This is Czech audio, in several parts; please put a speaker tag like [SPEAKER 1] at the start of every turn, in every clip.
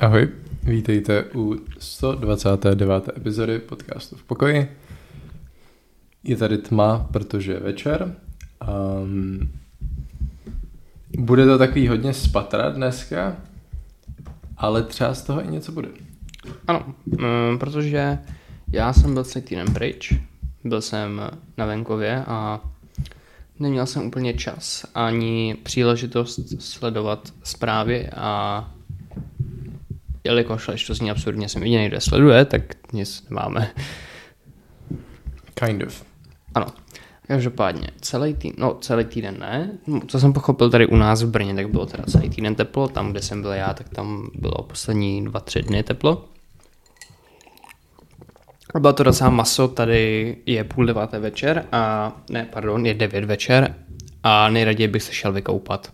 [SPEAKER 1] Ahoj, vítejte u 129. epizody podcastu v pokoji. Je tady tma, protože je večer. Um, bude to takový hodně spatra dneska, ale třeba z toho i něco bude.
[SPEAKER 2] Ano, mm, protože já jsem byl celý týden pryč, byl jsem na venkově a neměl jsem úplně čas ani příležitost sledovat zprávy a jelikož až to zní absurdně, jsem jediný, kdo je sleduje, tak nic nemáme.
[SPEAKER 1] Kind of.
[SPEAKER 2] Ano. Každopádně, celý týden, no celý týden ne, No, co jsem pochopil tady u nás v Brně, tak bylo teda celý týden teplo, tam, kde jsem byl já, tak tam bylo poslední dva, tři dny teplo. A bylo to docela maso, tady je půl deváté večer a, ne, pardon, je devět večer a nejraději bych se šel vykoupat.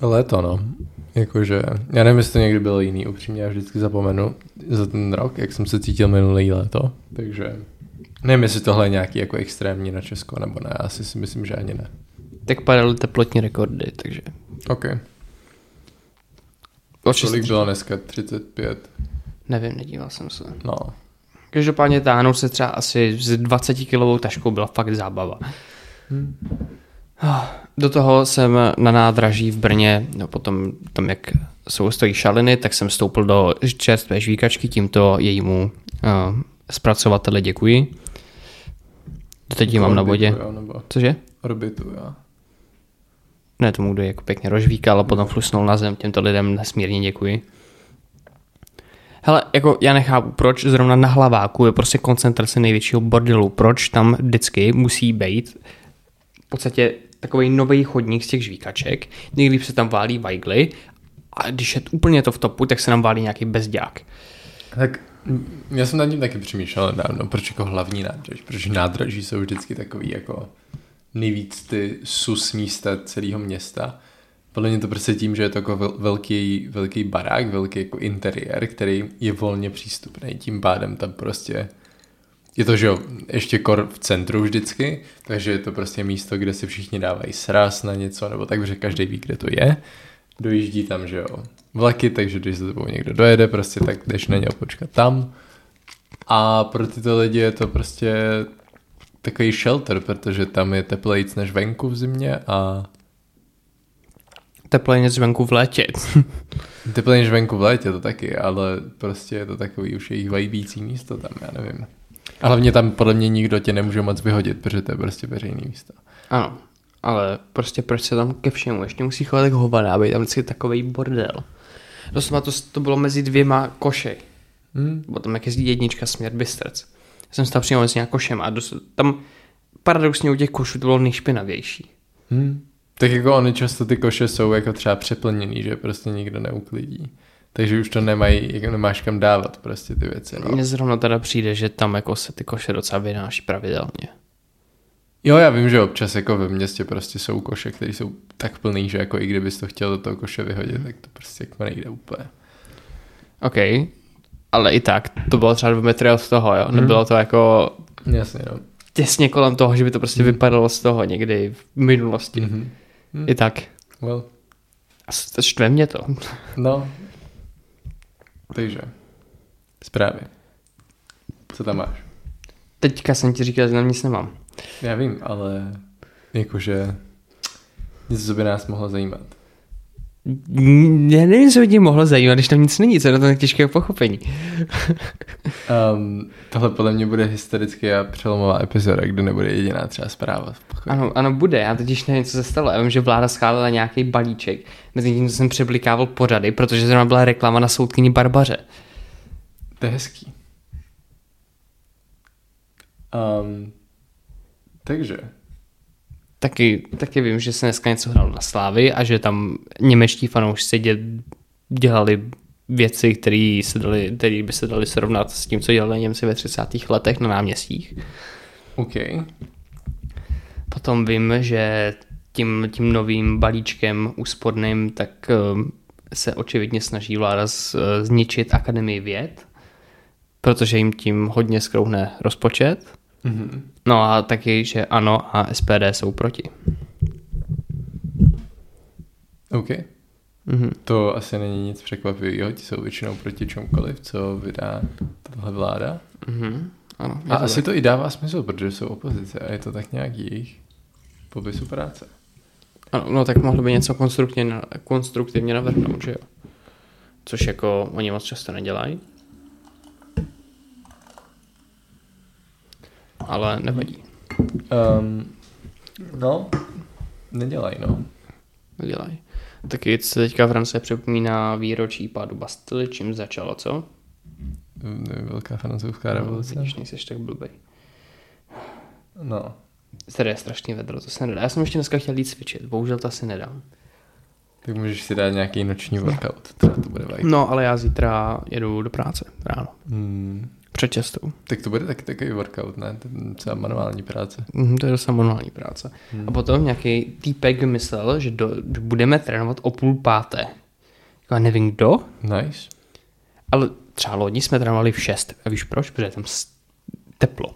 [SPEAKER 1] Léto, no. Jakože, já nevím, jestli to někdy byl jiný, upřímně já vždycky zapomenu za ten rok, jak jsem se cítil minulý léto, takže nevím, jestli tohle je nějaký jako extrémní na Česko, nebo ne, asi si myslím, že ani ne.
[SPEAKER 2] Tak padaly teplotní rekordy, takže...
[SPEAKER 1] OK.
[SPEAKER 2] O
[SPEAKER 1] Kolik
[SPEAKER 2] 6,
[SPEAKER 1] bylo dneska? 35?
[SPEAKER 2] nevím, nedíval jsem se.
[SPEAKER 1] No.
[SPEAKER 2] Každopádně táhnout se třeba asi s 20 kilovou taškou byla fakt zábava. Do toho jsem na nádraží v Brně, no potom tam, jak jsou stojí šaliny, tak jsem stoupil do čerstvé žvíkačky, tímto jejímu uh, zpracovateli děkuji. Teď ji mám na
[SPEAKER 1] Orbitu,
[SPEAKER 2] bodě.
[SPEAKER 1] Jo, nebo
[SPEAKER 2] Cože?
[SPEAKER 1] orbitu, jo.
[SPEAKER 2] Ne tomu, kdo je jako pěkně rozvíkal a potom flusnul na zem, těmto lidem nesmírně děkuji. Hele, jako já nechápu, proč zrovna na hlaváku je prostě koncentrace největšího bordelu, proč tam vždycky musí být v podstatě takový nový chodník z těch žvíkaček, někdy se tam válí vajgly a když je t- úplně to v topu, tak se nám válí nějaký bezďák.
[SPEAKER 1] Tak m, já jsem nad tím taky přemýšlel nedávno, proč jako hlavní nádraž, proč nádraží jsou vždycky takový jako nejvíc ty sus místa celého města. Podle mě to prostě tím, že je to jako vel- velký, velký barák, velký jako interiér, který je volně přístupný, tím pádem tam prostě je to, že jo, ještě kor v centru vždycky, takže je to prostě místo, kde si všichni dávají sraz na něco, nebo tak, že každý ví, kde to je. Dojíždí tam, že jo, vlaky, takže když za tebou někdo dojede, prostě tak jdeš na něj počkat tam. A pro tyto lidi je to prostě takový shelter, protože tam je teplejíc než venku v zimě a
[SPEAKER 2] Teplejně zvenku v létě.
[SPEAKER 1] teplej než venku v létě, to taky, ale prostě je to takový už jejich vajbící místo tam, já nevím. A hlavně tam podle mě nikdo tě nemůže moc vyhodit, protože to je prostě veřejný místo.
[SPEAKER 2] ano, ale prostě proč se tam ke všemu ještě musí chovat tak hovada, aby tam vždycky takový bordel. Doslova to, to bylo mezi dvěma košej.
[SPEAKER 1] Hmm.
[SPEAKER 2] Bylo tam jak jezdí jednička směr Bystrc. Já jsem se tam přijel s nějakou košem a dos, tam paradoxně u těch košů to bylo nejšpinavější.
[SPEAKER 1] Hmm. Tak jako oni často ty koše jsou jako třeba přeplněný, že prostě nikdo neuklidí. Takže už to nemají, jako nemáš kam dávat prostě ty věci. No.
[SPEAKER 2] Mně zrovna teda přijde, že tam jako se ty koše docela vynáší pravidelně.
[SPEAKER 1] Jo, já vím, že občas jako ve městě prostě jsou koše, které jsou tak plný, že jako i kdybys to chtěl do toho koše vyhodit, tak to prostě jako nejde úplně.
[SPEAKER 2] OK, ale i tak, to bylo třeba dva metry od toho, jo? Nebylo to jako
[SPEAKER 1] Jasně, no.
[SPEAKER 2] těsně kolem toho, že by to prostě vypadalo z toho někdy v minulosti.
[SPEAKER 1] Mm-hmm.
[SPEAKER 2] I tak.
[SPEAKER 1] Well,
[SPEAKER 2] A s- Štve mě to.
[SPEAKER 1] no. Takže. Zprávy. Co tam máš?
[SPEAKER 2] Teďka jsem ti říkal, že tam nic nemám.
[SPEAKER 1] Já vím, ale jakože nic, co by nás mohlo zajímat.
[SPEAKER 2] N- Já nevím, co by tě mohlo zajímat, když tam nic není, co je na to tak těžké pochopení.
[SPEAKER 1] Um, tohle podle mě bude hystericky a přelomová epizoda, kde nebude jediná třeba zpráva.
[SPEAKER 2] Ano, ano, bude. Já totiž nevím, co se stalo. Já vím, že vláda schválila nějaký balíček. Mezi tím jsem přeblikával pořady, protože zrovna byla reklama na soudkyni Barbaře.
[SPEAKER 1] To je hezký. Um, takže,
[SPEAKER 2] Taky, taky vím, že se dneska něco hrálo na Slávy a že tam němečtí fanoušci dě, dělali věci, které se dali, které by se daly srovnat s tím, co dělali Němci ve 30. letech na náměstích.
[SPEAKER 1] OK.
[SPEAKER 2] Potom vím, že tím, tím novým balíčkem úsporným, tak ehm, se očividně snaží vláda z, eh, zničit Akademii věd, protože jim tím hodně skrouhne rozpočet.
[SPEAKER 1] Mm-hmm.
[SPEAKER 2] No a taky, že ano a SPD jsou proti.
[SPEAKER 1] OK.
[SPEAKER 2] Mhm.
[SPEAKER 1] To asi není nic překvapivého, ti jsou většinou proti čemukoliv, co vydá tahle vláda.
[SPEAKER 2] Mhm. Ano, je
[SPEAKER 1] A
[SPEAKER 2] to
[SPEAKER 1] asi
[SPEAKER 2] tak.
[SPEAKER 1] to i dává smysl, protože jsou opozice a je to tak nějak jejich popisu práce.
[SPEAKER 2] Ano, no tak mohli by něco konstruktivně, na- konstruktivně navrhnout, že jo. Což jako oni moc často nedělají. Ale nevadí,
[SPEAKER 1] Um, no, nedělej, no.
[SPEAKER 2] nedělají. Taky se teďka Francie připomíná výročí pádu Bastily, čím začalo, co?
[SPEAKER 1] Nevím, Velká francouzská revoluce.
[SPEAKER 2] No, vidíš, nejseš tak blbej.
[SPEAKER 1] No,
[SPEAKER 2] Tady je strašně vedro, to se nedá. Já jsem ještě dneska chtěl jít cvičit, bohužel to asi nedám.
[SPEAKER 1] tak můžeš si dát nějaký noční workout, třeba to bude vajit.
[SPEAKER 2] No, ale já zítra jedu do práce ráno.
[SPEAKER 1] Hmm.
[SPEAKER 2] Před šestou.
[SPEAKER 1] Tak to bude taky takový workout, ne? To je Třeba manuální práce.
[SPEAKER 2] Mhm, to je dost manuální práce. Hmm. A potom nějaký týpek myslel, že, do, že budeme trénovat o půl páté. Jako Já nevím kdo,
[SPEAKER 1] Nice.
[SPEAKER 2] ale třeba loni jsme trénovali v šest. A víš proč? Protože je tam s- teplo.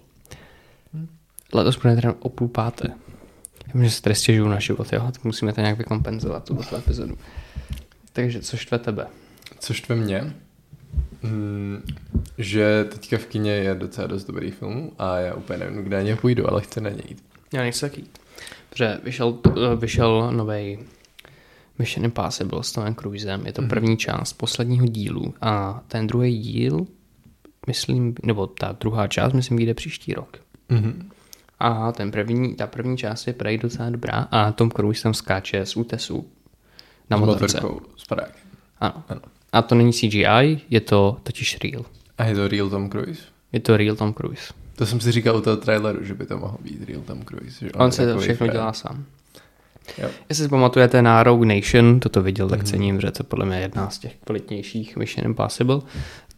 [SPEAKER 2] Letos budeme trénovat o půl páté. Já vím, že se tady stěžuju na život, jo? Tak musíme to nějak vykompenzovat, tuto epizodu. Takže co štve tebe?
[SPEAKER 1] Což ve mně, mm, že teďka v kině je docela dost dobrý film a já úplně nevím, kde na ně půjdu, ale chci na ně jít.
[SPEAKER 2] Já nechci taky jít. Protože vyšel, t- eh, vyšel nový Mission Impossible s Tomem Cruisem. Je to první část posledního dílu a ten druhý díl, myslím, nebo ta druhá část, myslím, jde příští rok. Mhm.
[SPEAKER 1] Mm-hmm.
[SPEAKER 2] A ten první, ta první část je prej docela dobrá a Tom Cruise tam skáče z útesu na motorce.
[SPEAKER 1] s padákem.
[SPEAKER 2] Ano.
[SPEAKER 1] Ano.
[SPEAKER 2] A to není CGI, je to totiž real.
[SPEAKER 1] A je to Real Tom Cruise?
[SPEAKER 2] Je to real Tom Cruise.
[SPEAKER 1] To jsem si říkal u toho traileru, že by to mohl být Real Tom Cruise. Že
[SPEAKER 2] On, on se to
[SPEAKER 1] takový
[SPEAKER 2] všechno
[SPEAKER 1] frajer.
[SPEAKER 2] dělá sám.
[SPEAKER 1] Jo. Mhm.
[SPEAKER 2] Jestli si pamatujete na Rogue Nation, to to viděl, tak cením, že to podle mě je jedna z těch kvalitnějších Mission Impossible,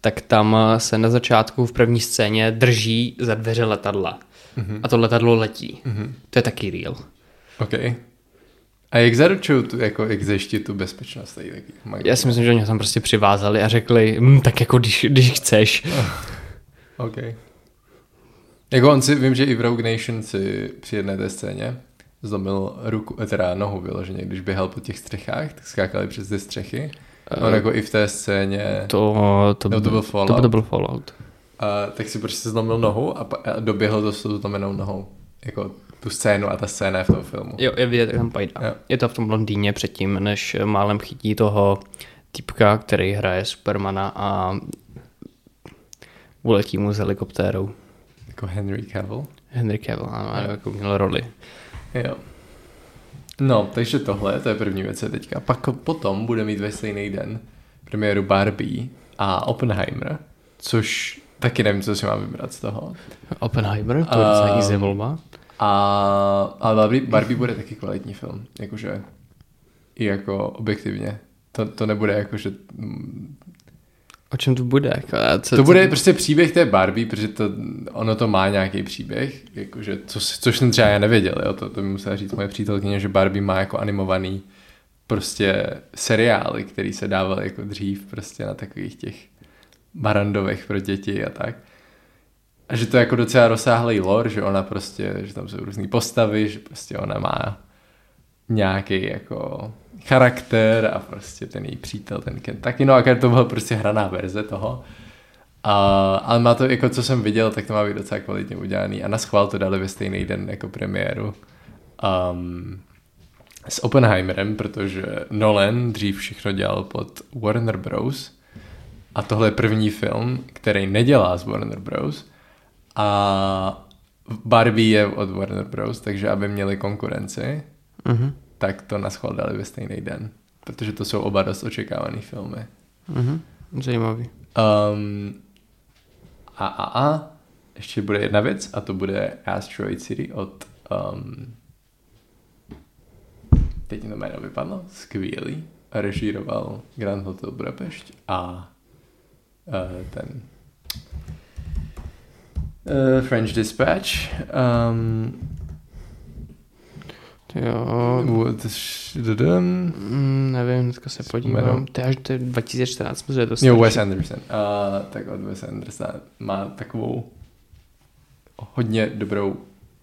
[SPEAKER 2] tak tam eh, se na začátku v první scéně drží za dveře letadla.
[SPEAKER 1] Mhm.
[SPEAKER 2] A to letadlo letí. To je taky real.
[SPEAKER 1] OK. A jak zaručují tu, jako, jak zjistí tu bezpečnost? Tady, taky,
[SPEAKER 2] Já si myslím, že oni ho tam prostě přivázali a řekli, "Hm, tak jako když, když chceš.
[SPEAKER 1] OK. Jako on si, vím, že i v Rogue Nation si při jedné té scéně zlomil ruku, eh, teda nohu vyloženě, když běhal po těch střechách, tak skákali přes ty střechy. A on jako i v té scéně,
[SPEAKER 2] Eh, To, to,
[SPEAKER 1] Jo, to byl
[SPEAKER 2] To,
[SPEAKER 1] Fallout.
[SPEAKER 2] to byl Fallout.
[SPEAKER 1] a, tak si prostě zlomil nohu a, pa- a doběhl to s tou zlomenou nohou. Jako tu scénu a ta scéna je v tom filmu.
[SPEAKER 2] Jo, je vidět, jak tam pajda.
[SPEAKER 1] Jo.
[SPEAKER 2] Je to v tom Londýně předtím, než málem chytí toho typka, který hraje Supermana a uletí mu s helikoptérou.
[SPEAKER 1] Jako Henry Cavill.
[SPEAKER 2] Henry Cavill, ano, ano, jako měl roli.
[SPEAKER 1] Jo. No, takže tohle, to je první věc je teďka. Pak potom bude mít ve stejný den premiéru Barbie a Oppenheimer, což taky nevím, co si mám vybrat z toho.
[SPEAKER 2] Oppenheimer, to je docela
[SPEAKER 1] Ehm,
[SPEAKER 2] easy volba.
[SPEAKER 1] A, a Barbie, Barbie bude taky kvalitní film, jakože i jako objektivně. To, to nebude jako, že... mm,
[SPEAKER 2] O čem to bude? Jako, a co,
[SPEAKER 1] To bude
[SPEAKER 2] Co,
[SPEAKER 1] prostě příběh té Barbie, protože to, ono to má nějaký příběh, jakože, co, což jsem třeba já nevěděl, jo? To, to mi musela říct moje přítelkyně, že Barbie má jako animovaný prostě seriály, který se dával jako dřív prostě na takových těch barandovech pro děti a tak. A že to je jako docela rozsáhlý lore, že ona prostě, že tam jsou různé postavy, že prostě ona má nějaký jako charakter a prostě ten její přítel, ten Ken taky, no a to byla prostě hraná verze toho. A, ale má to, jako co jsem viděl, tak to má být docela kvalitně udělaný a na schvál to dali ve stejný den jako premiéru. Um, s Oppenheimerem, protože Nolan dřív všechno dělal pod Warner Bros. A tohle je první film, který nedělá z Warner Bros. A Barbie je od Warner Bros., takže aby měli konkurenci,
[SPEAKER 2] uh-huh,
[SPEAKER 1] tak to naschvál dali ve stejný den. Protože to jsou oba dost očekávané filmy.
[SPEAKER 2] uh-huh, zajímavý.
[SPEAKER 1] Um, a, a, a, ještě bude jedna věc a to bude Asteroid City od um, teď mi to jméno vypadlo, skvělý. A režíroval Grand Hotel Budapešť a uh, ten uh, French Dispatch. Um,
[SPEAKER 2] Ty Jo,
[SPEAKER 1] what, dudum.
[SPEAKER 2] mm, nevím, dneska se podívám.
[SPEAKER 1] Vzpomenu.
[SPEAKER 2] To je až to je 2014, myslím, že je to
[SPEAKER 1] Jo, Wes
[SPEAKER 2] starší.
[SPEAKER 1] Anderson. Uh, tak od Wes Andersona má takovou hodně dobrou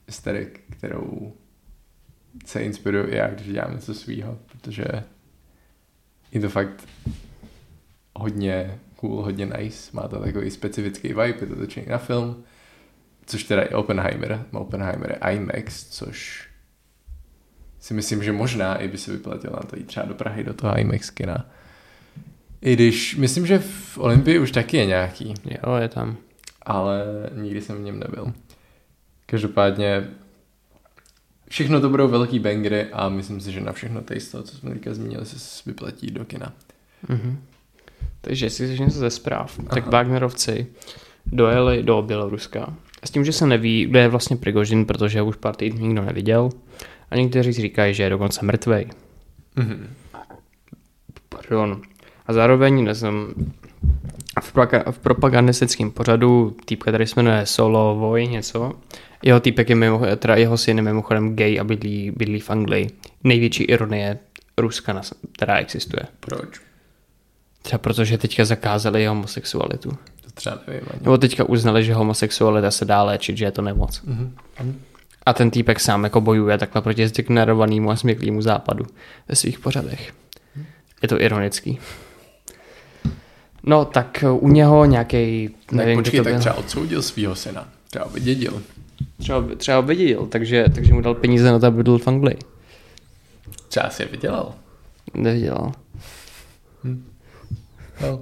[SPEAKER 1] esterik, kterou se inspiruju i já, když dělám něco svýho, protože je to fakt hodně cool, hodně nice. Má to takový specifický vibe, je to točený na film. Což teda je Oppenheimer. Má Oppenheimer je IMAX, což si myslím, že možná i by se vyplatilo na to jít třeba do Prahy, do toho IMAX kina. I když, myslím, že v Olympii už taky je nějaký,
[SPEAKER 2] Jo, je tam.
[SPEAKER 1] ale nikdy jsem v něm nebyl. Každopádně všechno to budou velký bangry a myslím si, že na všechno tady z toho, co jsme teďka zmínili, se vyplatí do kina.
[SPEAKER 2] Mhm. Takže jestli chceš něco ze zpráv, Aha. tak
[SPEAKER 1] Aha.
[SPEAKER 2] Wagnerovci dojeli do Běloruska. S tím, že se neví, kde je vlastně Prigožin, protože ho už pár týdnů nikdo neviděl. A někteří říkají, že je dokonce mrtvej.
[SPEAKER 1] Mhm.
[SPEAKER 2] Pardon. A zároveň jsem v, plaka, v propagandistickém pořadu týpka, který se jmenuje Solo Voy něco. Jeho týpek je mimo, teda jeho syn je mimochodem gay a bydlí, bydlí v Anglii. Největší ironie Ruska, na, s- která existuje.
[SPEAKER 1] Proč?
[SPEAKER 2] Třeba protože teďka zakázali jeho homosexualitu.
[SPEAKER 1] To třeba nevím ani.
[SPEAKER 2] Nebo teďka uznali, že homosexualita se dá léčit, že je to nemoc.
[SPEAKER 1] Mhm.
[SPEAKER 2] A ten týpek sám jako bojuje takhle proti zdegenerovanému a směklýmu západu ve svých pořadech. Je to ironický. No tak u něho nějaký
[SPEAKER 1] Tak
[SPEAKER 2] nevím,
[SPEAKER 1] počkej,
[SPEAKER 2] kdo to
[SPEAKER 1] tak
[SPEAKER 2] byl.
[SPEAKER 1] třeba odsoudil svého syna. Třeba vydědil.
[SPEAKER 2] třeba, třeba viděl, takže, takže mu dal peníze na to, aby bydl v Anglii.
[SPEAKER 1] Třeba si je vydělal.
[SPEAKER 2] Nevydělal.
[SPEAKER 1] No.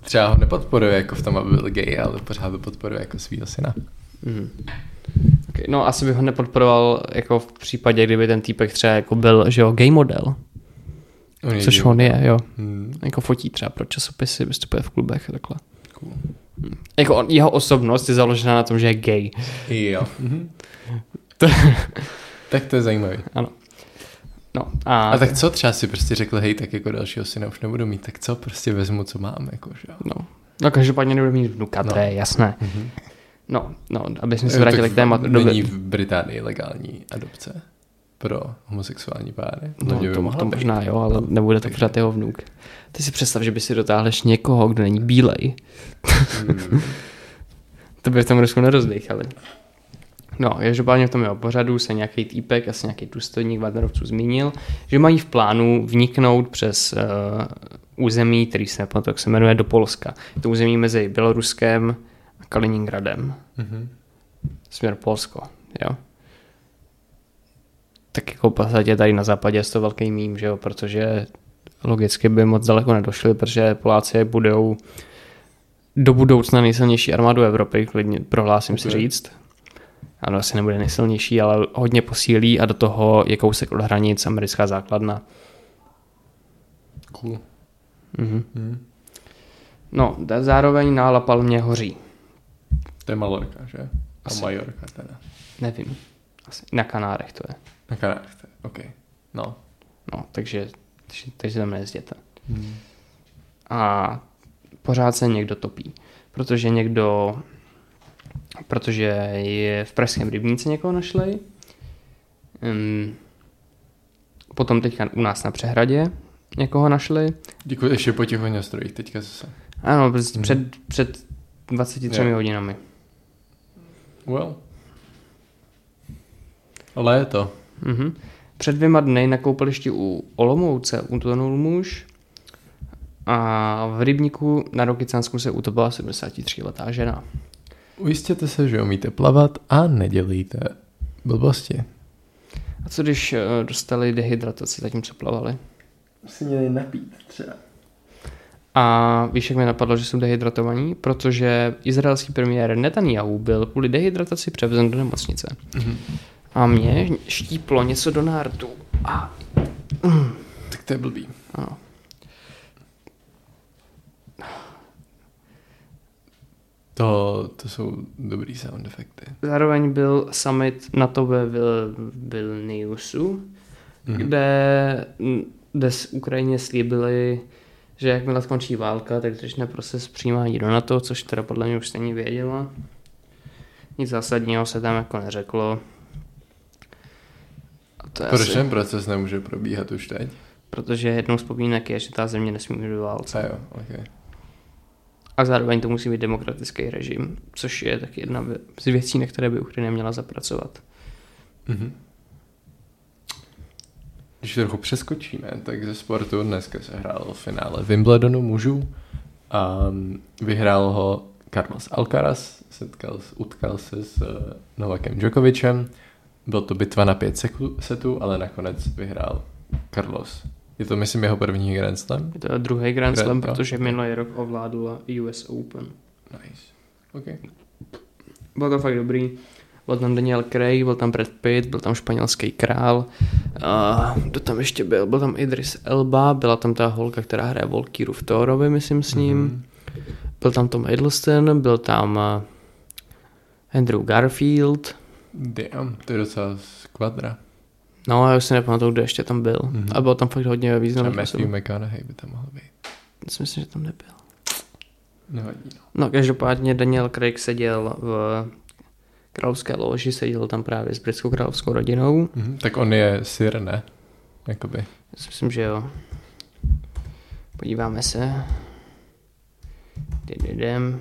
[SPEAKER 1] Třeba ho nepodporuje jako v tom, aby byl gay, ale pořád ho podporuje jako svého syna.
[SPEAKER 2] Mm. Okay, no asi bych ho nepodporoval jako v případě, kdyby ten týpek třeba jako byl, že jo, gay model,
[SPEAKER 1] On je
[SPEAKER 2] což
[SPEAKER 1] divný.
[SPEAKER 2] on je, jo.
[SPEAKER 1] Hmm.
[SPEAKER 2] Jako fotí třeba pro časopisy, vystupuje v klubech a takhle.
[SPEAKER 1] Cool.
[SPEAKER 2] Jako on, jeho osobnost je založena na tom, že je gay.
[SPEAKER 1] Jo.
[SPEAKER 2] Mhm. To-
[SPEAKER 1] tak to je zajímavý.
[SPEAKER 2] No a...
[SPEAKER 1] A tak co třeba si prostě řekl, hej, tak jako dalšího syna už nebudu mít, tak co, prostě vezmu, co mám, jako, že jo.
[SPEAKER 2] No. No každopádně nebude mít vnuka, no. to
[SPEAKER 1] No.
[SPEAKER 2] je jasné.
[SPEAKER 1] Mhm.
[SPEAKER 2] No, no, aby jsme se
[SPEAKER 1] Eh,
[SPEAKER 2] vrátili
[SPEAKER 1] tak
[SPEAKER 2] k tématu.
[SPEAKER 1] Není
[SPEAKER 2] Dobře.
[SPEAKER 1] v Británii legální adopce pro homosexuální páry?
[SPEAKER 2] No,
[SPEAKER 1] mě by
[SPEAKER 2] to,
[SPEAKER 1] mohla
[SPEAKER 2] to
[SPEAKER 1] být. No,
[SPEAKER 2] možná jo, ale nebude to
[SPEAKER 1] takže-
[SPEAKER 2] pořád jeho vnuk. Ty si představ, že by si dotáhleš někoho, kdo není bílej.
[SPEAKER 1] Hmm.
[SPEAKER 2] To by v tom Rusku nerozdechali. No, každopádně v tom jeho pořadu se nějaký týpek, asi nějaký důstojník Wagnerovců zmínil, že mají v plánu vniknout přes uh, území, který se nepamatuji, jak se jmenuje, do Polska. Je to území mezi Běloruskem a Kaliningradem.
[SPEAKER 1] Mhm.
[SPEAKER 2] směr Polsko, jo. Tak jako v podstatě tady na západě je to velký mím, že jo, protože logicky by moc daleko nedošli, protože Poláci budou do budoucna nejsilnější armádu Evropy, klidně prohlásím si
[SPEAKER 1] Ok.
[SPEAKER 2] říct. Ano, asi nebude nejsilnější, ale hodně posílí a do toho je kousek od hranic americká základna.
[SPEAKER 1] Cool.
[SPEAKER 2] Mhm.
[SPEAKER 1] Mhm.
[SPEAKER 2] No, da- zároveň na La Palmě hoří.
[SPEAKER 1] To je Malorka, že? A
[SPEAKER 2] Asi.
[SPEAKER 1] Majorka teda.
[SPEAKER 2] Nevím. Asi na Kanárech to je.
[SPEAKER 1] Na Kanách, to je- OK. No.
[SPEAKER 2] No, takže, takže- takže tam nejezděte. Mm. a pořád se někdo topí, protože někdo, protože je v pražském rybníce někoho našli, um, potom teďka u nás na přehradě někoho našli,
[SPEAKER 1] Děkuji, ještě po těch ohňostrojích, teďka zase.
[SPEAKER 2] ano, prostě
[SPEAKER 1] Mhm.
[SPEAKER 2] před, před 23
[SPEAKER 1] Jo.
[SPEAKER 2] hodinami.
[SPEAKER 1] Well. Léto.
[SPEAKER 2] Mhm. Před dvěma dny na koupališti u Olomouce utonul muž a v rybníku na Rokycánsku se utopila 73-letá žena.
[SPEAKER 1] Ujistěte se, že umíte plavat a nedělejte blbosti.
[SPEAKER 2] A co když eh, dostali dehydrataci, zatímco plavali?
[SPEAKER 1] Si měli napít třeba.
[SPEAKER 2] A víš, jak mi napadlo, že jsou dehydratovaní? Protože izraelský premiér Netanyahu byl kvůli dehydrataci převezen do nemocnice.
[SPEAKER 1] Mhm.
[SPEAKER 2] A mě štíplo něco do nártu. A
[SPEAKER 1] Tak to je blbý. no.
[SPEAKER 2] ano.
[SPEAKER 1] To, to jsou dobrý sound efekty.
[SPEAKER 2] Zároveň byl summit NATO ve Vil- Vilniusu,
[SPEAKER 1] Mhm.
[SPEAKER 2] kde, kde z Ukrajině slíbili, že jakmile skončí válka, tak začne proces přijímání do NATO, což teda podle mě už stejně věděla. Nic zásadního se tam jako neřeklo. A to je
[SPEAKER 1] Proč
[SPEAKER 2] asi,
[SPEAKER 1] ten proces nemůže probíhat už teď?
[SPEAKER 2] protože jednou z podmínek je, že ta země nesmí být ve válce.
[SPEAKER 1] Co jo, okay.
[SPEAKER 2] A zároveň to musí být demokratický režim, což je taky jedna vě- z věcí, na které by Ukrajina měla zapracovat.
[SPEAKER 1] Mhm. Když trochu přeskočíme, tak ze sportu dneska se hrál v finále Wimbledonu mužů. A vyhrál ho Carlos Alcaraz, setkal, utkal se s eh, Novakem Djokovicem. Byl to bitva na pět seku- setů, ale nakonec vyhrál Carlos. Je to, myslím, jeho první Grand Slam?
[SPEAKER 2] Je to druhý Grand Slam,
[SPEAKER 1] Grand, jo.
[SPEAKER 2] protože minulý rok ovládla US Open.
[SPEAKER 1] Nice. Okay.
[SPEAKER 2] Bylo to fakt dobrý. Byl tam Daniel Craig, byl tam Brad Pitt, byl tam španělský král. A kdo tam ještě byl? Byl tam Idris Elba, byla tam ta holka, která hraje Volkýru v Thorovi, myslím s ním.
[SPEAKER 1] Mhm.
[SPEAKER 2] Mm-hmm. Byl tam Tom Hiddleston, byl tam eh, Andrew Garfield.
[SPEAKER 1] Damn, to je docela z kvadra.
[SPEAKER 2] No, já už si nepamatuju, kdo ještě tam byl.
[SPEAKER 1] Mhm.
[SPEAKER 2] Mm-hmm. A bylo tam fakt hodně
[SPEAKER 1] Třeba
[SPEAKER 2] významných
[SPEAKER 1] Matthew
[SPEAKER 2] osob.
[SPEAKER 1] McConaughey by tam mohl být.
[SPEAKER 2] Já si myslím, že tam nebyl.
[SPEAKER 1] Nevadí, no.
[SPEAKER 2] No, každopádně Daniel Craig seděl v královské loži, seděl tam právě s britskou královskou rodinou.
[SPEAKER 1] Mhm, tak on je Sir, ne? Jakoby.
[SPEAKER 2] Já si myslím, že jo. Podíváme se. Jdem.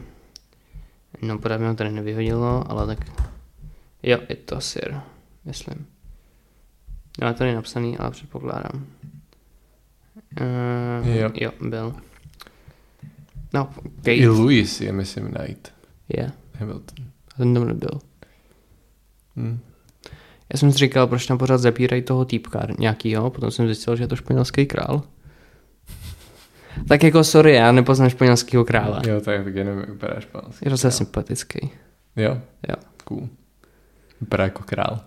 [SPEAKER 2] No, pořád mi ho tady nevyhodilo, ale tak... Jo, je to sir, myslím. No, je to není napsaný, ale předpokládám. Uh,
[SPEAKER 1] Jo.
[SPEAKER 2] jo. jo, byl. No, Kate.
[SPEAKER 1] I
[SPEAKER 2] Je.
[SPEAKER 1] Louis je, myslím, Knight.
[SPEAKER 2] Yeah.
[SPEAKER 1] Hamilton.
[SPEAKER 2] A ten tam nebyl.
[SPEAKER 1] Hm.
[SPEAKER 2] Já jsem si říkal, proč tam pořád zabírají toho týpka nějakýho, potom jsem zjistil, že je to španělský král. Tak jako sorry, já nepoznám španělského krále.
[SPEAKER 1] Jo, tak, tak jenom vypadá španělský.
[SPEAKER 2] Je docela sympatický.
[SPEAKER 1] Jo?
[SPEAKER 2] Jo.
[SPEAKER 1] Cool. Vypadá jako král.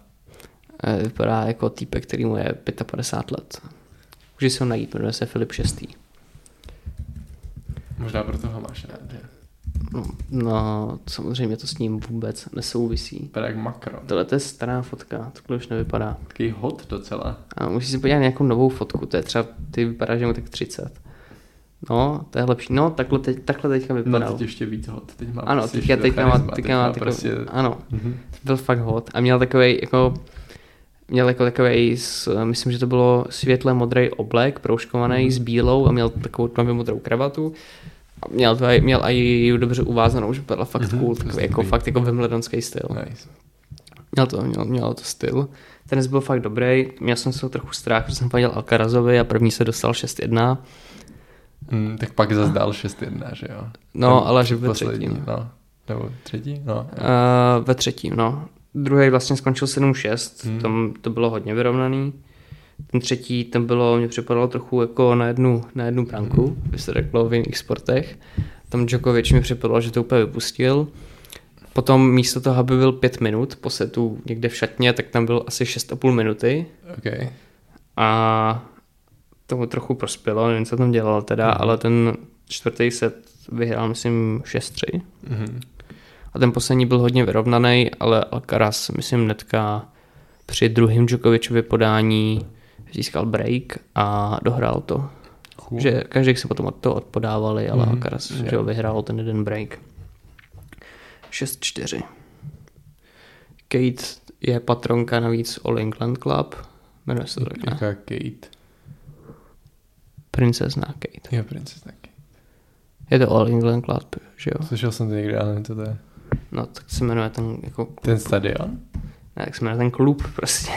[SPEAKER 2] E, Vypadá jako týpek, který mu je 55 let. Můžeš si ho najít, jmenuje se Filip VI.
[SPEAKER 1] Možná proto ho máš rád, že?
[SPEAKER 2] No, no, samozřejmě to s ním vůbec nesouvisí.
[SPEAKER 1] Vypadá jak Macron.
[SPEAKER 2] Tohle to je stará fotka, to už nevypadá.
[SPEAKER 1] Takový hot docela.
[SPEAKER 2] A musíš si podívat na nějakou novou fotku, to je třeba, ty vypadá, že mu tak 30. No, to je lepší. No, takhle, teď, takhle teďka
[SPEAKER 1] Má
[SPEAKER 2] vypadal.
[SPEAKER 1] teď ještě víc hot. Teď má
[SPEAKER 2] Ano,
[SPEAKER 1] prostě
[SPEAKER 2] teďka,
[SPEAKER 1] ještě to
[SPEAKER 2] teďka má,
[SPEAKER 1] charisma,
[SPEAKER 2] teďka má takový,
[SPEAKER 1] prostě...
[SPEAKER 2] ano,
[SPEAKER 1] Mhm.
[SPEAKER 2] byl fakt hot a měl takový jako, měl jako takový, myslím, že to bylo světle modrý oblek, proužkovaný
[SPEAKER 1] Mhm.
[SPEAKER 2] s bílou a měl takovou tmavě modrou kravatu. A měl, to, aj- měl i ji dobře uvázanou, že byla fakt
[SPEAKER 1] Mhm,
[SPEAKER 2] cool,
[SPEAKER 1] to
[SPEAKER 2] takový
[SPEAKER 1] je
[SPEAKER 2] jako,
[SPEAKER 1] dobrý.
[SPEAKER 2] fakt jako vimledonský styl.
[SPEAKER 1] Nice.
[SPEAKER 2] Měl to, měl, měl to styl. Tenis byl fakt dobrý, měl jsem z toho trochu strach, protože jsem fandil Alcarazovi a první se dostal 6-1.
[SPEAKER 1] Hm, tak pak zase dal 6-1, že jo?
[SPEAKER 2] No,
[SPEAKER 1] Ten
[SPEAKER 2] ale že byl
[SPEAKER 1] poslední,
[SPEAKER 2] třetím.
[SPEAKER 1] No. Nebo třetí? No. jo.
[SPEAKER 2] Uh, ve třetím, no. Druhý vlastně skončil 7-6,
[SPEAKER 1] Hmm.
[SPEAKER 2] hmm. tam to bylo hodně vyrovnaný. Ten třetí, tam bylo, mě připadalo trochu jako na jednu, na jednu branku, hmm. by se řeklo v jiných sportech. Tam Djokovic mi připadalo, že to úplně vypustil. Potom místo toho, aby byl pět minut po setu někde v šatně, tak tam byl asi 6,5 minuty
[SPEAKER 1] OK.
[SPEAKER 2] a to mu trochu prospělo, nevím, co tam dělal teda,
[SPEAKER 1] Hmm.
[SPEAKER 2] ale ten čtvrtý set vyhrál, myslím, 6-3.
[SPEAKER 1] Mhm.
[SPEAKER 2] A ten poslední byl hodně vyrovnaný, ale Alcaraz, myslím, hnedka při druhém Djokovicově podání získal break a dohrál to.
[SPEAKER 1] Cool.
[SPEAKER 2] Že každý si potom od toho odpodávali, ale
[SPEAKER 1] Mhm,
[SPEAKER 2] mm-hmm. Alcaraz
[SPEAKER 1] jo.
[SPEAKER 2] že jo, vyhrál ten jeden break. 6-4. Kate je patronka navíc All England Club. Jmenuje se to tak, ne?
[SPEAKER 1] Jaká Kate?
[SPEAKER 2] Princezna Kate.
[SPEAKER 1] Jo, princezna Kate.
[SPEAKER 2] Je to All England Club, že jo?
[SPEAKER 1] Slyšel jsem to někde, ale nevím, co to je.
[SPEAKER 2] No, tak se jmenuje ten, jako,
[SPEAKER 1] Ten stadion?
[SPEAKER 2] ne, tak se jmenuje ten klub prostě.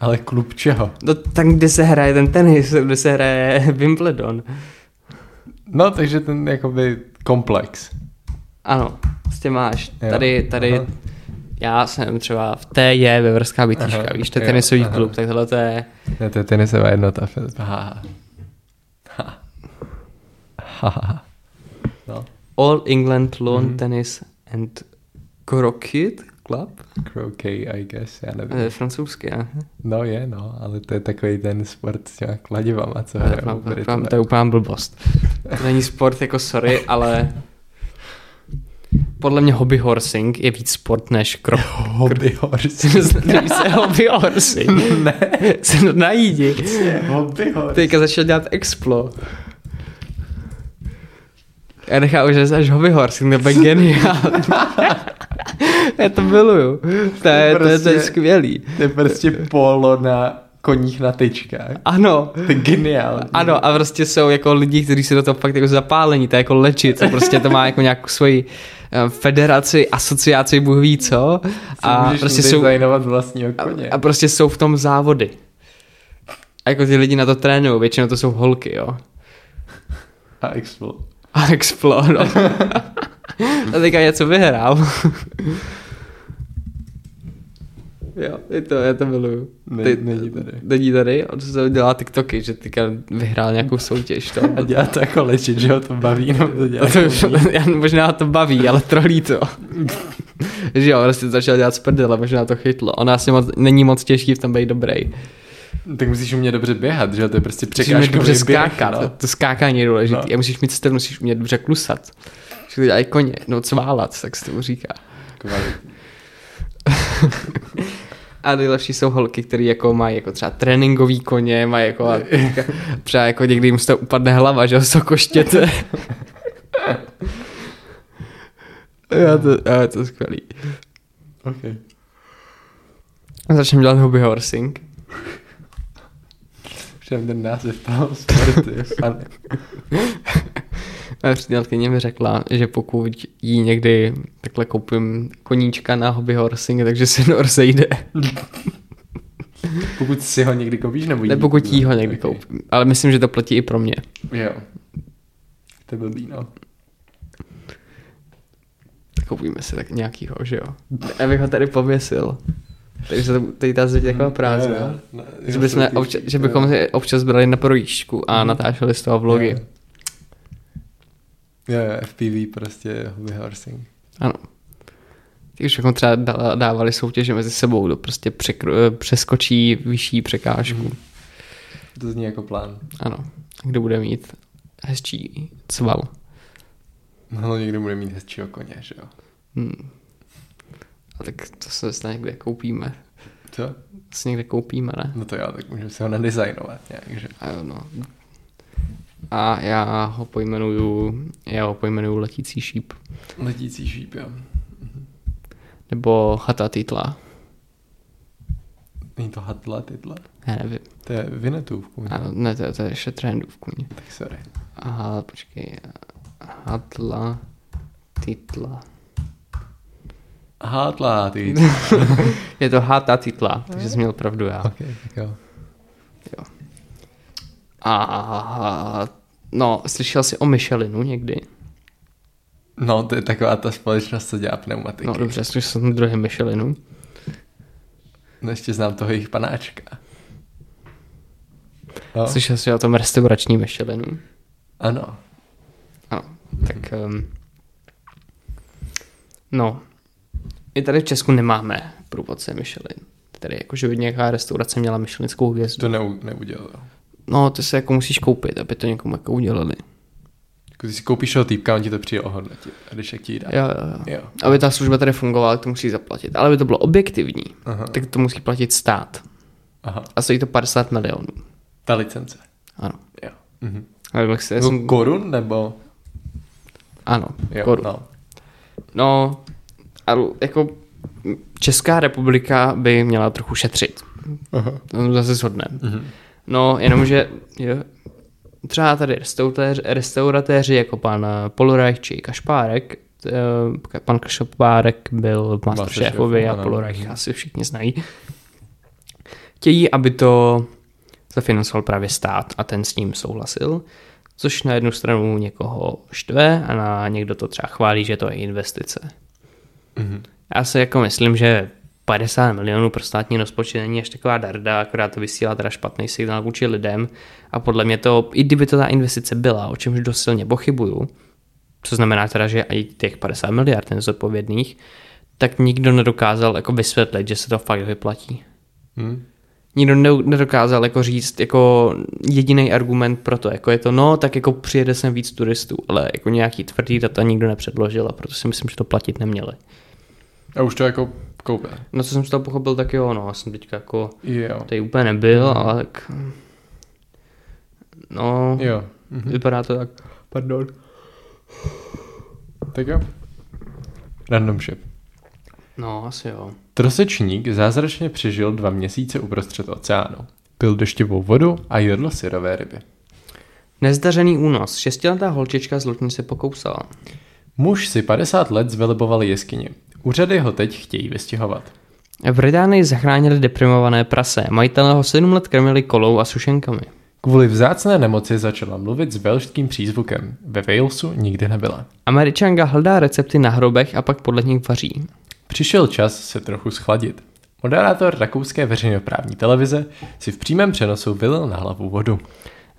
[SPEAKER 1] Ale klub čeho?
[SPEAKER 2] No tam, kde se hraje ten tenis, kde se hraje Wimbledon.
[SPEAKER 1] No, takže ten jakoby komplex.
[SPEAKER 2] Ano, s tím máš.
[SPEAKER 1] Jo,
[SPEAKER 2] Tady, tady
[SPEAKER 1] aha.
[SPEAKER 2] já jsem třeba v té je Veverská
[SPEAKER 1] Aha,
[SPEAKER 2] bytíška, víš, to je
[SPEAKER 1] jo,
[SPEAKER 2] tenisový
[SPEAKER 1] aha.
[SPEAKER 2] klub, tak tohle to je,
[SPEAKER 1] Ne, to je tenisová jednota, Filip. Ha, ha, ha. Ha, ha, ha. No,
[SPEAKER 2] All England Lawn
[SPEAKER 1] Mhm.
[SPEAKER 2] mm-hmm. Tennis and Croquet eh, Club?
[SPEAKER 1] croquet, I guess, já
[SPEAKER 2] To je
[SPEAKER 1] nevím.
[SPEAKER 2] francouzský, ne?
[SPEAKER 1] No je, no, ale to je takový ten sport s těma kladivama, co
[SPEAKER 2] To je,
[SPEAKER 1] hrajou
[SPEAKER 2] úplná-
[SPEAKER 1] Britové.
[SPEAKER 2] úplná- to je úplná blbost. To není sport, jako sorry, ale podle mě hobby horsing je víc sport než krok.
[SPEAKER 1] Hobby horse.
[SPEAKER 2] Jmenují se hobby horsing.
[SPEAKER 1] ne,
[SPEAKER 2] Se najdi.
[SPEAKER 1] hobby horse.
[SPEAKER 2] Teďka začal dělat Explo. Já nechám, že jsi až hobby horsing, to bude geniální. Já to miluju. To je, to je, to je
[SPEAKER 1] Prostě-
[SPEAKER 2] skvělý.
[SPEAKER 1] To je prostě polo na koních na tyčkách.
[SPEAKER 2] Ano.
[SPEAKER 1] To je geniální.
[SPEAKER 2] Ano, a prostě jsou jako lidi, kteří se do toho fakt jako zapálení, to je jako lečit, to prostě to má jako nějakou svoji eh, federaci, asociaci, Bůh ví co.
[SPEAKER 1] a
[SPEAKER 2] A prostě, jsou,
[SPEAKER 1] designovat vlastního
[SPEAKER 2] a,
[SPEAKER 1] koně.
[SPEAKER 2] a prostě jsou v tom závody. A jako ty lidi na to trénují, většinou to jsou holky, jo.
[SPEAKER 1] A Expo.
[SPEAKER 2] A Explore, no. A teďka je, co vyhrál. jo, je to, já to miluju.
[SPEAKER 1] Ne,
[SPEAKER 2] Ty-
[SPEAKER 1] není tady.
[SPEAKER 2] Není tady, on se dělá TikToky, že teďka vyhrál nějakou soutěž. To.
[SPEAKER 1] A dělá to jako lečit, že ho to baví, nebo to dělá
[SPEAKER 2] A to,
[SPEAKER 1] jako umí.
[SPEAKER 2] já, možná to baví, ale trolí to. že jo, prostě začal dělat z prdele, možná to chytlo. Ona asi moc, není moc těžký v tom být dobrý.
[SPEAKER 1] Tak musíš umět dobře běhat, že jo, to je prostě
[SPEAKER 2] Musíš umět
[SPEAKER 1] překážkový
[SPEAKER 2] dobře
[SPEAKER 1] běh,
[SPEAKER 2] skákat, no. to skákání je důležité.
[SPEAKER 1] No.
[SPEAKER 2] No. A musíš mít styl, musíš umět dobře klusat. Že to dělají koně, no cválat, tak se tomu říká.
[SPEAKER 1] Kvalitní.
[SPEAKER 2] A nejlepší jsou holky, které jako mají jako třeba tréninkový koně, mají jako a třeba jako někdy jim z toho upadne hlava, že jo, jsou koštěte. Já to, já to je skvělý.
[SPEAKER 1] Ok.
[SPEAKER 2] Začneme dělat hobby horsing.
[SPEAKER 1] Všem ten název toho sportu je fany.
[SPEAKER 2] A přítelkyně mi řekla, že pokud jí někdy takhle koupím koníčka na hobby horsing, takže se Nor sejde.
[SPEAKER 1] Pokud si ho někdy koupíš, nebo jí?
[SPEAKER 2] Ne, pokud jí ho někdy
[SPEAKER 1] Ok.
[SPEAKER 2] koupím. Ale myslím, že to platí i pro mě.
[SPEAKER 1] Jo. To je blbý, no.
[SPEAKER 2] Tak koupíme si tak nějakýho, že jo. Já bych ho tady pověsil. Takže se to, tady ta zeď je taková
[SPEAKER 1] Jo, jo.
[SPEAKER 2] prázdná.
[SPEAKER 1] No,
[SPEAKER 2] Že,
[SPEAKER 1] jo,
[SPEAKER 2] bychom,
[SPEAKER 1] jsou ty-
[SPEAKER 2] občas, že bychom
[SPEAKER 1] jo.
[SPEAKER 2] si občas brali na projížďku a
[SPEAKER 1] Mhm.
[SPEAKER 2] natáčeli z toho vlogy.
[SPEAKER 1] Jo. Jo, jo, FPV prostě hobby horsing.
[SPEAKER 2] Takže bychom třeba dá- dávali soutěže mezi sebou, kdo prostě překro, eh, přeskočí vyšší překážku.
[SPEAKER 1] Mhm. To zní jako plán.
[SPEAKER 2] Ano. Kdo bude mít hezčí cval.
[SPEAKER 1] No, no někdy bude mít hezčího koně, že jo.
[SPEAKER 2] Hmm. A tak to se snad někde koupíme.
[SPEAKER 1] Co?
[SPEAKER 2] To si někde koupíme, ne?
[SPEAKER 1] No to jo, tak můžeme si ho nadizajnovat nějak, že?
[SPEAKER 2] A jo, no. A já ho pojmenuju, já ho pojmenuju letící šíp.
[SPEAKER 1] Letící šíp, jo. Mhm.
[SPEAKER 2] Nebo chata titla.
[SPEAKER 1] Není to hatla, tytla?
[SPEAKER 2] Já nevím.
[SPEAKER 1] To je vinetův kůň.
[SPEAKER 2] Ano, ne, to, to je ještě trendův kůň.
[SPEAKER 1] Tak sorry.
[SPEAKER 2] Aha, počkej. Hatla, titla.
[SPEAKER 1] Hatla, ty.
[SPEAKER 2] Je to hata titla, takže jsem měl pravdu já.
[SPEAKER 1] ok, tak jo.
[SPEAKER 2] A no, slyšel jsi o Michelinu někdy?
[SPEAKER 1] No, to je taková ta společnost, co dělá pneumatiky.
[SPEAKER 2] No dobře, slyšel jsem druhý Michelinu.
[SPEAKER 1] No ještě znám toho jejich panáčka. No,
[SPEAKER 2] Slyšel jsi o tom restaurační Michelinu?
[SPEAKER 1] Ano.
[SPEAKER 2] Ano, tak... Um, no, my tady v Česku nemáme průvodce Michelin. Tady jakože by nějaká restaurace měla Michelinskou hvězdu.
[SPEAKER 1] To neu, neudělal.
[SPEAKER 2] No, to se jako musíš koupit, aby to někomu jako udělali.
[SPEAKER 1] Jako když si koupíš toho týpka, on ti to přijde ohodnotit. A když jak ti ji dá.
[SPEAKER 2] Jo, jo, jo.
[SPEAKER 1] jo.
[SPEAKER 2] Aby ta služba tady fungovala, tak to musí zaplatit. Ale aby to bylo objektivní,
[SPEAKER 1] Aha.
[SPEAKER 2] tak to musí platit stát.
[SPEAKER 1] Aha.
[SPEAKER 2] A stojí to 50 milionů.
[SPEAKER 1] Ta licence.
[SPEAKER 2] Ano.
[SPEAKER 1] Jo. Mhm.
[SPEAKER 2] Ale jak se, já
[SPEAKER 1] Jako
[SPEAKER 2] jsem...
[SPEAKER 1] Korun nebo?
[SPEAKER 2] Ano,
[SPEAKER 1] Jo,
[SPEAKER 2] korun.
[SPEAKER 1] No.
[SPEAKER 2] No, ale jako Česká republika by měla trochu šetřit.
[SPEAKER 1] Aha.
[SPEAKER 2] To zase shodneme.
[SPEAKER 1] Mhm.
[SPEAKER 2] No, jenomže jo, třeba tady restauratéři, restauratéři jako pan eh, Polorajch či Kašpárek, t- eh, pan Kašpárek byl Masterchefovi a
[SPEAKER 1] ano.
[SPEAKER 2] Polorajch asi všichni znají, chtějí, aby to zafinancoval právě stát a ten s ním souhlasil, což na jednu stranu někoho štve a na někdo to třeba chválí, že to je investice.
[SPEAKER 1] Mhm.
[SPEAKER 2] Já si jako myslím, že 50 milionů pro státní rozpočet není až taková darda, akorát to vysílá teda špatný signál vůči lidem a podle mě to, i kdyby to ta investice byla, o čemž dost silně pochybuju, co znamená teda, že i těch 50 miliard nezodpovědných, tak nikdo nedokázal jako vysvětlit, že se to fakt vyplatí.
[SPEAKER 1] Mhm.
[SPEAKER 2] Nikdo ne- nedokázal jako říct jako jediný argument pro to, jako je to, no, tak jako přijede sem víc turistů, ale jako nějaký tvrdý data nikdo nepředložil a proto si myslím, že to platit neměli.
[SPEAKER 1] A už to jako koupil.
[SPEAKER 2] No co jsem z toho pochopil, tak jo, no, já jsem teďka jako
[SPEAKER 1] Jo.
[SPEAKER 2] tady úplně nebyl, ale tak... No, jo.
[SPEAKER 1] Jo. Mhm.
[SPEAKER 2] vypadá to tak. Pardon.
[SPEAKER 1] Tak jo. Random ship.
[SPEAKER 2] No, asi jo.
[SPEAKER 1] Trosečník zázračně přežil dva měsíce uprostřed oceánu. Pil deštivou vodu a jedl syrové ryby.
[SPEAKER 2] Nezdařený únos. Šestiletá holčička z Lutnice pokousala.
[SPEAKER 1] Muž si 50 let zveleboval jeskyni. Úřady ho teď chtějí vystěhovat.
[SPEAKER 2] V Británii zachránili deprimované prase. Majitelé ho sedm let krmili kolou a sušenkami.
[SPEAKER 1] Kvůli vzácné nemoci začala mluvit s velšským přízvukem. Ve Walesu nikdy nebyla.
[SPEAKER 2] Američanka hledá recepty na hrobech a pak podle nich vaří.
[SPEAKER 1] Přišel čas se trochu schladit. Moderátor rakouské veřejnoprávní televize si v přímém přenosu vylil na hlavu vodu.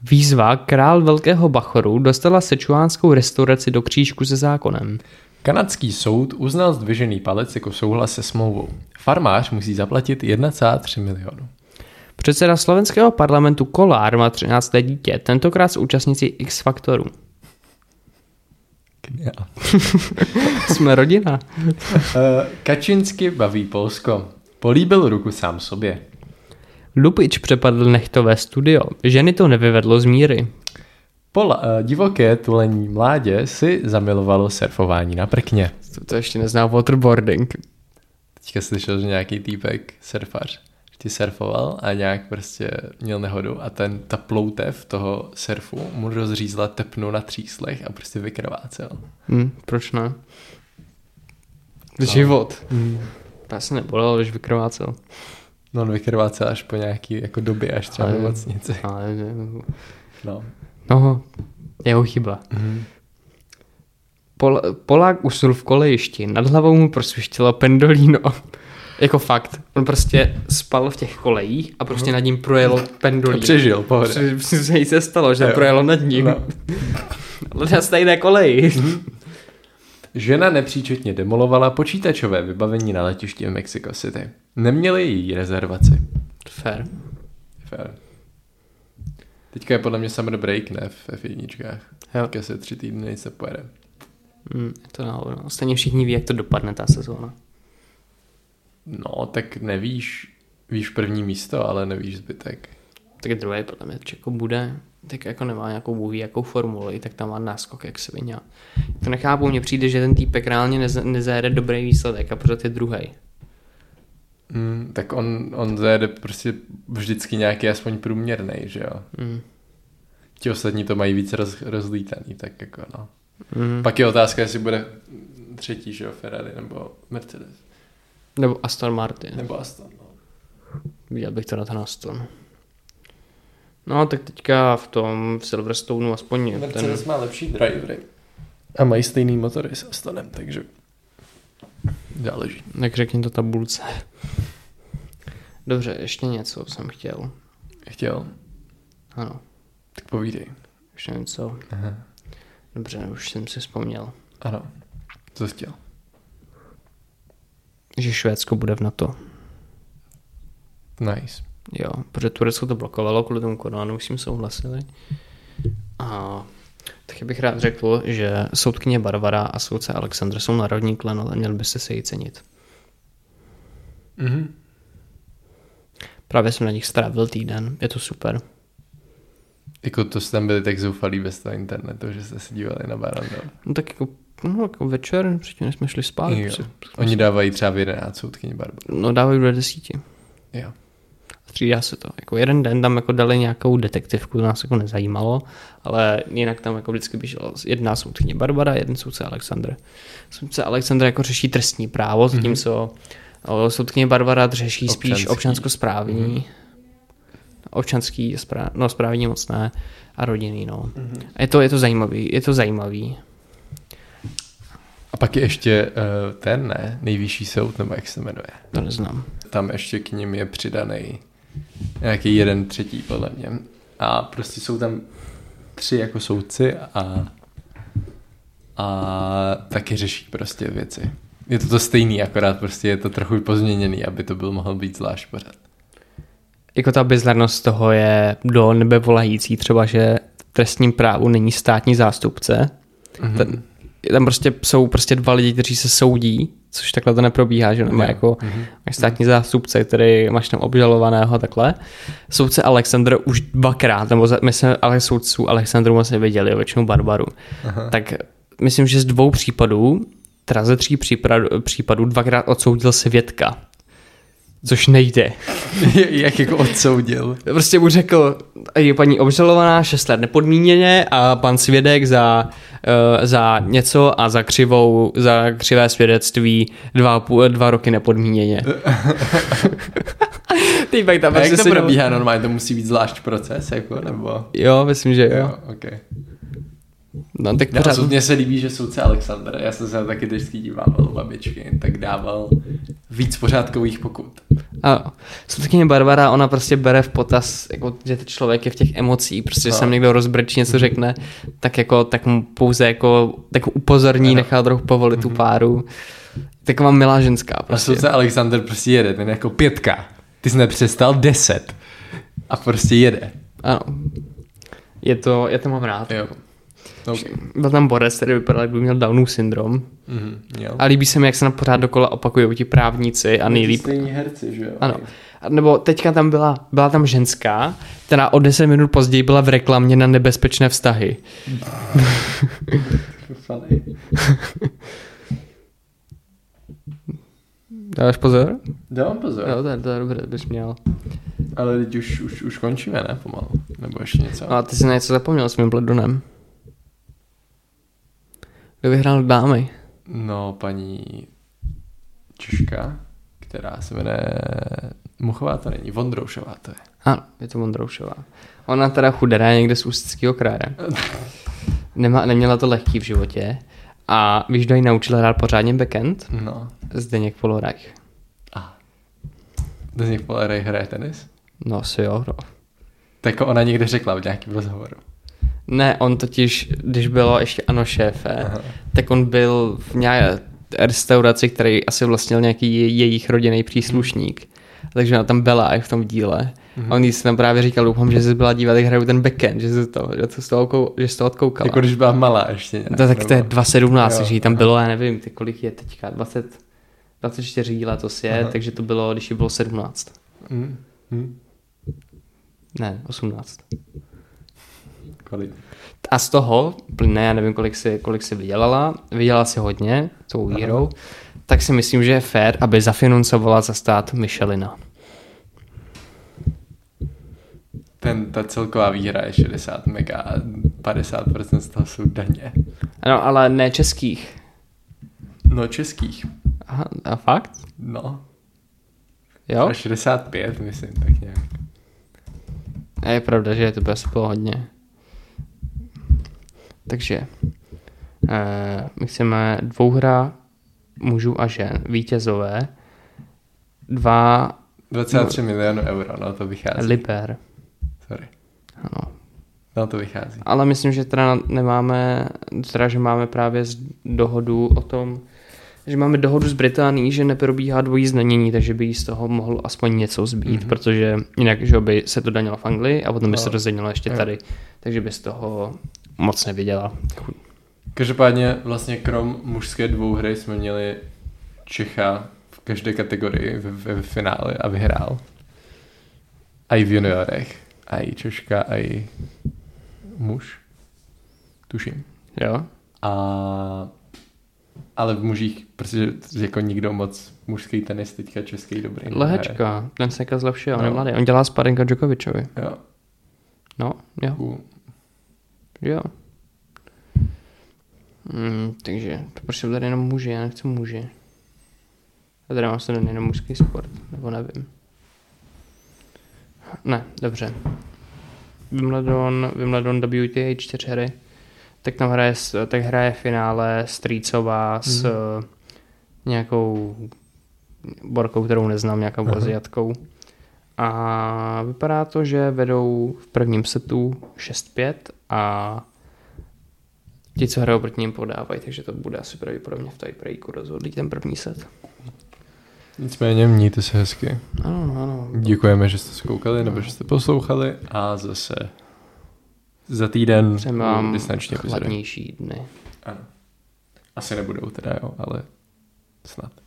[SPEAKER 2] Výzva Král Velkého Bachoru dostala sečuánskou restauraci do křížku se zákonem.
[SPEAKER 1] Kanadský soud uznal zdvižený palec jako souhlas se smlouvou. Farmář musí zaplatit 1,3 milionu.
[SPEAKER 2] Předseda slovenského parlamentu Kolár má 13. dítě, tentokrát s účastnici X Faktoru.
[SPEAKER 1] Geniál.
[SPEAKER 2] Jsme rodina.
[SPEAKER 1] Eh, Kačinsky baví Polsko. Políbil ruku sám sobě.
[SPEAKER 2] Lupič přepadl nechtové studio. Ženy to nevyvedlo z míry.
[SPEAKER 1] Pola, eh, divoké tulení mládě si zamilovalo surfování na prkně.
[SPEAKER 2] To, to ještě nezná waterboarding.
[SPEAKER 1] Teďka slyšel, že nějaký týpek, surfař, ti surfoval a nějak prostě měl nehodu a ten, ta ploutev toho surfu mu rozřízla tepnu na tříslech a prostě vykrvácel.
[SPEAKER 2] Hm, proč ne? Život. Já se nebolel, když vykrvácel.
[SPEAKER 1] No on vykrvácel až po nějaký jako době, až třeba v
[SPEAKER 2] Ale-
[SPEAKER 1] nemocnici.
[SPEAKER 2] Ale, eh,
[SPEAKER 1] No.
[SPEAKER 2] no, jeho chyba.
[SPEAKER 1] Mhm.
[SPEAKER 2] Pol, Polák usnul v kolejišti, nad hlavou mu prosvištělo pendolíno. jako fakt, on prostě spal v těch kolejích a
[SPEAKER 1] Mhm.
[SPEAKER 2] prostě nad ním projelo
[SPEAKER 1] A
[SPEAKER 2] pendolíno.
[SPEAKER 1] přežil, pohoda.
[SPEAKER 2] Prostě se jí se stalo, že
[SPEAKER 1] Jo.
[SPEAKER 2] projelo nad ním.
[SPEAKER 1] No. Mhm.
[SPEAKER 2] Ale na stejné koleji.
[SPEAKER 1] Žena nepříčetně demolovala počítačové vybavení na letišti v Mexico City. Neměli její rezervaci.
[SPEAKER 2] Fair.
[SPEAKER 1] Fair. Teďka je podle mě summer break, ne? V F1.
[SPEAKER 2] Jo.
[SPEAKER 1] Teďka se tři týdny nic nepojede.
[SPEAKER 2] Mm, je to náhodno. Stejně všichni ví, jak to dopadne ta sezóna.
[SPEAKER 1] No, tak nevíš, víš první místo, ale nevíš zbytek.
[SPEAKER 2] Tak druhý podle mě jako bude, tak jako nemá nějakou bůh ví jakou formuli, tak tam má náskok jak svině. To nechápu, mně přijde, že ten týpek reálně nez, nezajede dobrý výsledek a pořád je druhý.
[SPEAKER 1] Mm, tak on, on zajede prostě vždycky nějaký aspoň průměrný, že jo?
[SPEAKER 2] Mm.
[SPEAKER 1] Ti ostatní to mají víc roz, rozlítaný, tak jako no.
[SPEAKER 2] Mm.
[SPEAKER 1] Pak je otázka, jestli bude třetí, že jo, Ferrari nebo Mercedes.
[SPEAKER 2] Nebo Aston Martin.
[SPEAKER 1] Nebo Aston, no.
[SPEAKER 2] Viděl bych to na ten Aston. No, tak teďka v tom v Silverstoneu aspoň ten...
[SPEAKER 1] Mercedes má lepší drivery. A mají stejný motory s Astonem, takže záleží.
[SPEAKER 2] Jak řekni to tabulce. Dobře, ještě něco jsem chtěl.
[SPEAKER 1] Chtěl,
[SPEAKER 2] Ano,
[SPEAKER 1] tak povídej.
[SPEAKER 2] ještě něco.
[SPEAKER 1] Aha.
[SPEAKER 2] Dobře, už jsem si vzpomněl,
[SPEAKER 1] Ano, co jsi chtěl?
[SPEAKER 2] že Švédsko bude v NATO.
[SPEAKER 1] Nice.
[SPEAKER 2] Jo, protože Turecko to blokovalo kvůli tomu koronu, už s tím souhlasili. A taky bych rád řekl, že soudkyně Barbara a soudce Alexandr jsou národní klenot a měl byste se jí cenit.
[SPEAKER 1] Mhm.
[SPEAKER 2] Právě jsem na nich strávil týden, je to super.
[SPEAKER 1] Jako to jste tam byli tak zoufalí bez toho internetu, že jste se dívali na Barandov.
[SPEAKER 2] No tak jako, no, jako večer, předtím než jsme šli spát.
[SPEAKER 1] Jo.
[SPEAKER 2] prostě-
[SPEAKER 1] Oni dávají třeba v 11 soudkyni barbu.
[SPEAKER 2] No dávají do desíti.
[SPEAKER 1] Jo.
[SPEAKER 2] Střídá se to. Jako jeden den tam jako dali nějakou detektivku, to nás jako nezajímalo, ale jinak tam jako vždycky běžela jedna soudkyně Barbara, jeden soudce Alexandr. Soudce Alexandr jako řeší trestní právo, zatímco mm-hmm. soudkyně Barbara řeší spíš
[SPEAKER 1] Občanský.
[SPEAKER 2] občansko-správní. Mm-hmm. Občanský, správ, no správní moc ne, a rodinný, no. Mm-hmm. Je, to, je to zajímavý, je to zajímavý.
[SPEAKER 1] A pak je ještě eh, ten, ne? Nejvyšší soud, nebo jak se jmenuje.
[SPEAKER 2] To neznám.
[SPEAKER 1] Tam ještě k ním je přidaný nějaký jeden třetí, podle mě. A prostě jsou tam tři jako soudci a, a taky řeší prostě věci. Je to to stejný, akorát prostě je to trochu pozměněný, aby to byl mohl být zvlášť pořád.
[SPEAKER 2] Jako ta bizarnost toho je do nebe volající, třeba, že v trestním právu není státní zástupce. Mm-hmm. Ten, je tam prostě jsou prostě dva lidi, kteří se soudí, což takhle to neprobíhá, že nemá
[SPEAKER 1] Jo. Mhm.
[SPEAKER 2] jako mm-hmm. máš státní zástupce, který máš tam obžalovaného takhle. Soudce Alexandr už dvakrát, nebo za- my jsme ale soudců Alexandru moc neviděli, jo, většinou Barbaru. Aha. Tak myslím, že z dvou případů, teda ze tří případů, případů dvakrát odsoudil svědka. což nejde.
[SPEAKER 1] Jak jako odsoudil.
[SPEAKER 2] Prostě mu řekl, je paní obžalovaná 6 let nepodmíněně a pan svědek za, eh, za něco a za křivou, za křivé svědectví dva, a půl- dva roky nepodmíněně. Ty pak tam prostě
[SPEAKER 1] A jak to
[SPEAKER 2] seděl-
[SPEAKER 1] probíhá normálně? To musí být zvlášť proces, jako, nebo...
[SPEAKER 2] Jo, myslím, že jo.
[SPEAKER 1] Jo, okay.
[SPEAKER 2] No, tak
[SPEAKER 1] Pořád...
[SPEAKER 2] pořád,
[SPEAKER 1] Mně se líbí, že soudce Alexander, já jsem se na taky vždycky díval u babičky, tak dával víc pořádkových pokut.
[SPEAKER 2] A soudkyně Barbara, ona prostě bere v potaz, jako, že ten člověk je v těch emocích, prostě
[SPEAKER 1] No.
[SPEAKER 2] no. sem někdo rozbrečí, něco řekne, tak jako, tak mu pouze jako, tak ho upozorní,
[SPEAKER 1] Ano.
[SPEAKER 2] nechá trochu povolit tu páru. Taková milá ženská
[SPEAKER 1] A
[SPEAKER 2] prostě.
[SPEAKER 1] soudce Alexander prostě jede, ten jako pětka. Ty jsi nepřestal deset. A prostě jede.
[SPEAKER 2] Ano. Je to, já to mám rád.
[SPEAKER 1] Jo. No, Okay.
[SPEAKER 2] Byl tam Borec, který vypadal, jak by měl Downův syndrom.
[SPEAKER 1] Mhm, jo.
[SPEAKER 2] A líbí se mi, jak se na pořád dokola opakují ti právníci a nejlíp
[SPEAKER 1] Stejní herci, že jo?
[SPEAKER 2] Ano. A Nebo teďka tam byla, byla tam ženská, která o 10 minut později byla v reklamě na nebezpečné vztahy.
[SPEAKER 1] Funny.
[SPEAKER 2] Dáváš pozor?
[SPEAKER 1] Dávám pozor.
[SPEAKER 2] Jo, to je, to je dobré, bys měl.
[SPEAKER 1] Ale teď už, už, už končíme, ne? Pomalu. Nebo ještě něco.
[SPEAKER 2] A ty jsi na něco zapomněl s mým bledonem. Kdo vyhrál dámy?
[SPEAKER 1] No, paní Češka, která se jmenuje... Muchová to není, Vondroušová to je.
[SPEAKER 2] A je to Vondroušová. Ona teda chudera je někde z Ústeckého kraje. Nemá, neměla to lehký v životě. A víš, kdo ji naučil hrát pořádně backend?
[SPEAKER 1] No.
[SPEAKER 2] Zdeněk Polorajch.
[SPEAKER 1] A. Do z nich Polarej hraje tenis?
[SPEAKER 2] No asi jo, no.
[SPEAKER 1] Tak ona někde řekla v nějakém rozhovoru.
[SPEAKER 2] Ne, on totiž, když bylo ještě ano šéfe,
[SPEAKER 1] Aha.
[SPEAKER 2] tak on byl v nějaké restauraci, který asi vlastnil nějaký je- jejich rodinný příslušník. Takže ona tam byla i v tom díle.
[SPEAKER 1] Mhm.
[SPEAKER 2] A on jí se tam právě říkal, doufám, že jsi byla dívat, jak hrajou ten backend, že jsi to, že jsi z toho, kou- že jsi toho odkoukala.
[SPEAKER 1] Jako
[SPEAKER 2] Jako,
[SPEAKER 1] když byla malá ještě nějak.
[SPEAKER 2] to, tak to je
[SPEAKER 1] nebo-
[SPEAKER 2] 2.17,
[SPEAKER 1] Jo,
[SPEAKER 2] takže jí tam
[SPEAKER 1] aha.
[SPEAKER 2] bylo, já nevím, ty kolik je teďka, 20, 24 letos je,
[SPEAKER 1] Aha.
[SPEAKER 2] takže to bylo, když jí bylo 17.
[SPEAKER 1] Hm, hm.
[SPEAKER 2] Ne, 18.
[SPEAKER 1] Kolik?
[SPEAKER 2] A z toho, ne, já nevím, kolik si, kolik si vydělala, vydělala si hodně tou
[SPEAKER 1] Aha.
[SPEAKER 2] vírou, tak si myslím, že je fér, aby zafinancovala za stát Michelina.
[SPEAKER 1] Ten, ta celková výhra je 60 mega a 50% z toho jsou daně.
[SPEAKER 2] Ano, ale ne českých.
[SPEAKER 1] No českých.
[SPEAKER 2] Aha, a fakt?
[SPEAKER 1] No.
[SPEAKER 2] Jo?
[SPEAKER 1] A 65, myslím, tak nějak.
[SPEAKER 2] A je pravda, že to by asi bylo hodně. Takže eh, my chceme dvouhra mužů a žen, vítězové, dva
[SPEAKER 1] 23 no. milionů euro, no to vychází.
[SPEAKER 2] liber.
[SPEAKER 1] Sorry.
[SPEAKER 2] Ano.
[SPEAKER 1] No to vychází.
[SPEAKER 2] Ale myslím, že teda nemáme, teda, že máme právě z- dohodu o tom, že máme dohodu s Británií, že neprobíhá dvojí zdanění, takže by jí z toho mohlo aspoň něco zbýt,
[SPEAKER 1] Mhm.
[SPEAKER 2] mm-hmm. protože jinak, že by se to danilo v Anglii a potom by
[SPEAKER 1] No.
[SPEAKER 2] se to zdanilo ještě
[SPEAKER 1] Jo.
[SPEAKER 2] tady, takže by z toho moc neviděla.
[SPEAKER 1] Každopádně vlastně krom mužské dvouhry jsme měli Čecha v každé kategorii ve, ve finále a vyhrál. A i v juniorech. A i Češka, a i muž. Tuším.
[SPEAKER 2] Jo?
[SPEAKER 1] A... Ale v mužích, protože jako nikdo moc mužský tenis teďka český dobrý. nehraje.
[SPEAKER 2] Lehečka, ten se jako zlepšil, on je
[SPEAKER 1] No.
[SPEAKER 2] mladý, on dělá sparinga Djokovičovi.
[SPEAKER 1] Jo,
[SPEAKER 2] No, jo,
[SPEAKER 1] cool.
[SPEAKER 2] jo. Mm, takže, to proč jsou tady jenom muži, já nechci muži. A tady mám se jenom mužský sport, nebo nevím. Ne, dobře. Wimbledon, Wimbledon WTA čtyři hry. Tak tam hraje, s- tak hraje v finále Strýcová s
[SPEAKER 1] Mhm.
[SPEAKER 2] eh, nějakou borkou, kterou neznám, nějakou
[SPEAKER 1] Aha.
[SPEAKER 2] aziatkou. A vypadá to, že vedou v prvním setu 6-5 a ti, co hrajou proti ním, podávají, takže to bude asi pravděpodobně v tiebreaku rozhodlý ten první set.
[SPEAKER 1] Nicméně mějte se hezky.
[SPEAKER 2] Ano, ano.
[SPEAKER 1] Děkujeme, že jste zkoukali nebo že jste poslouchali a zase za týden
[SPEAKER 2] Přejeme vám
[SPEAKER 1] distanční epizody.
[SPEAKER 2] chladnější dny.
[SPEAKER 1] Ano. Asi nebudou teda, jo, ale snad.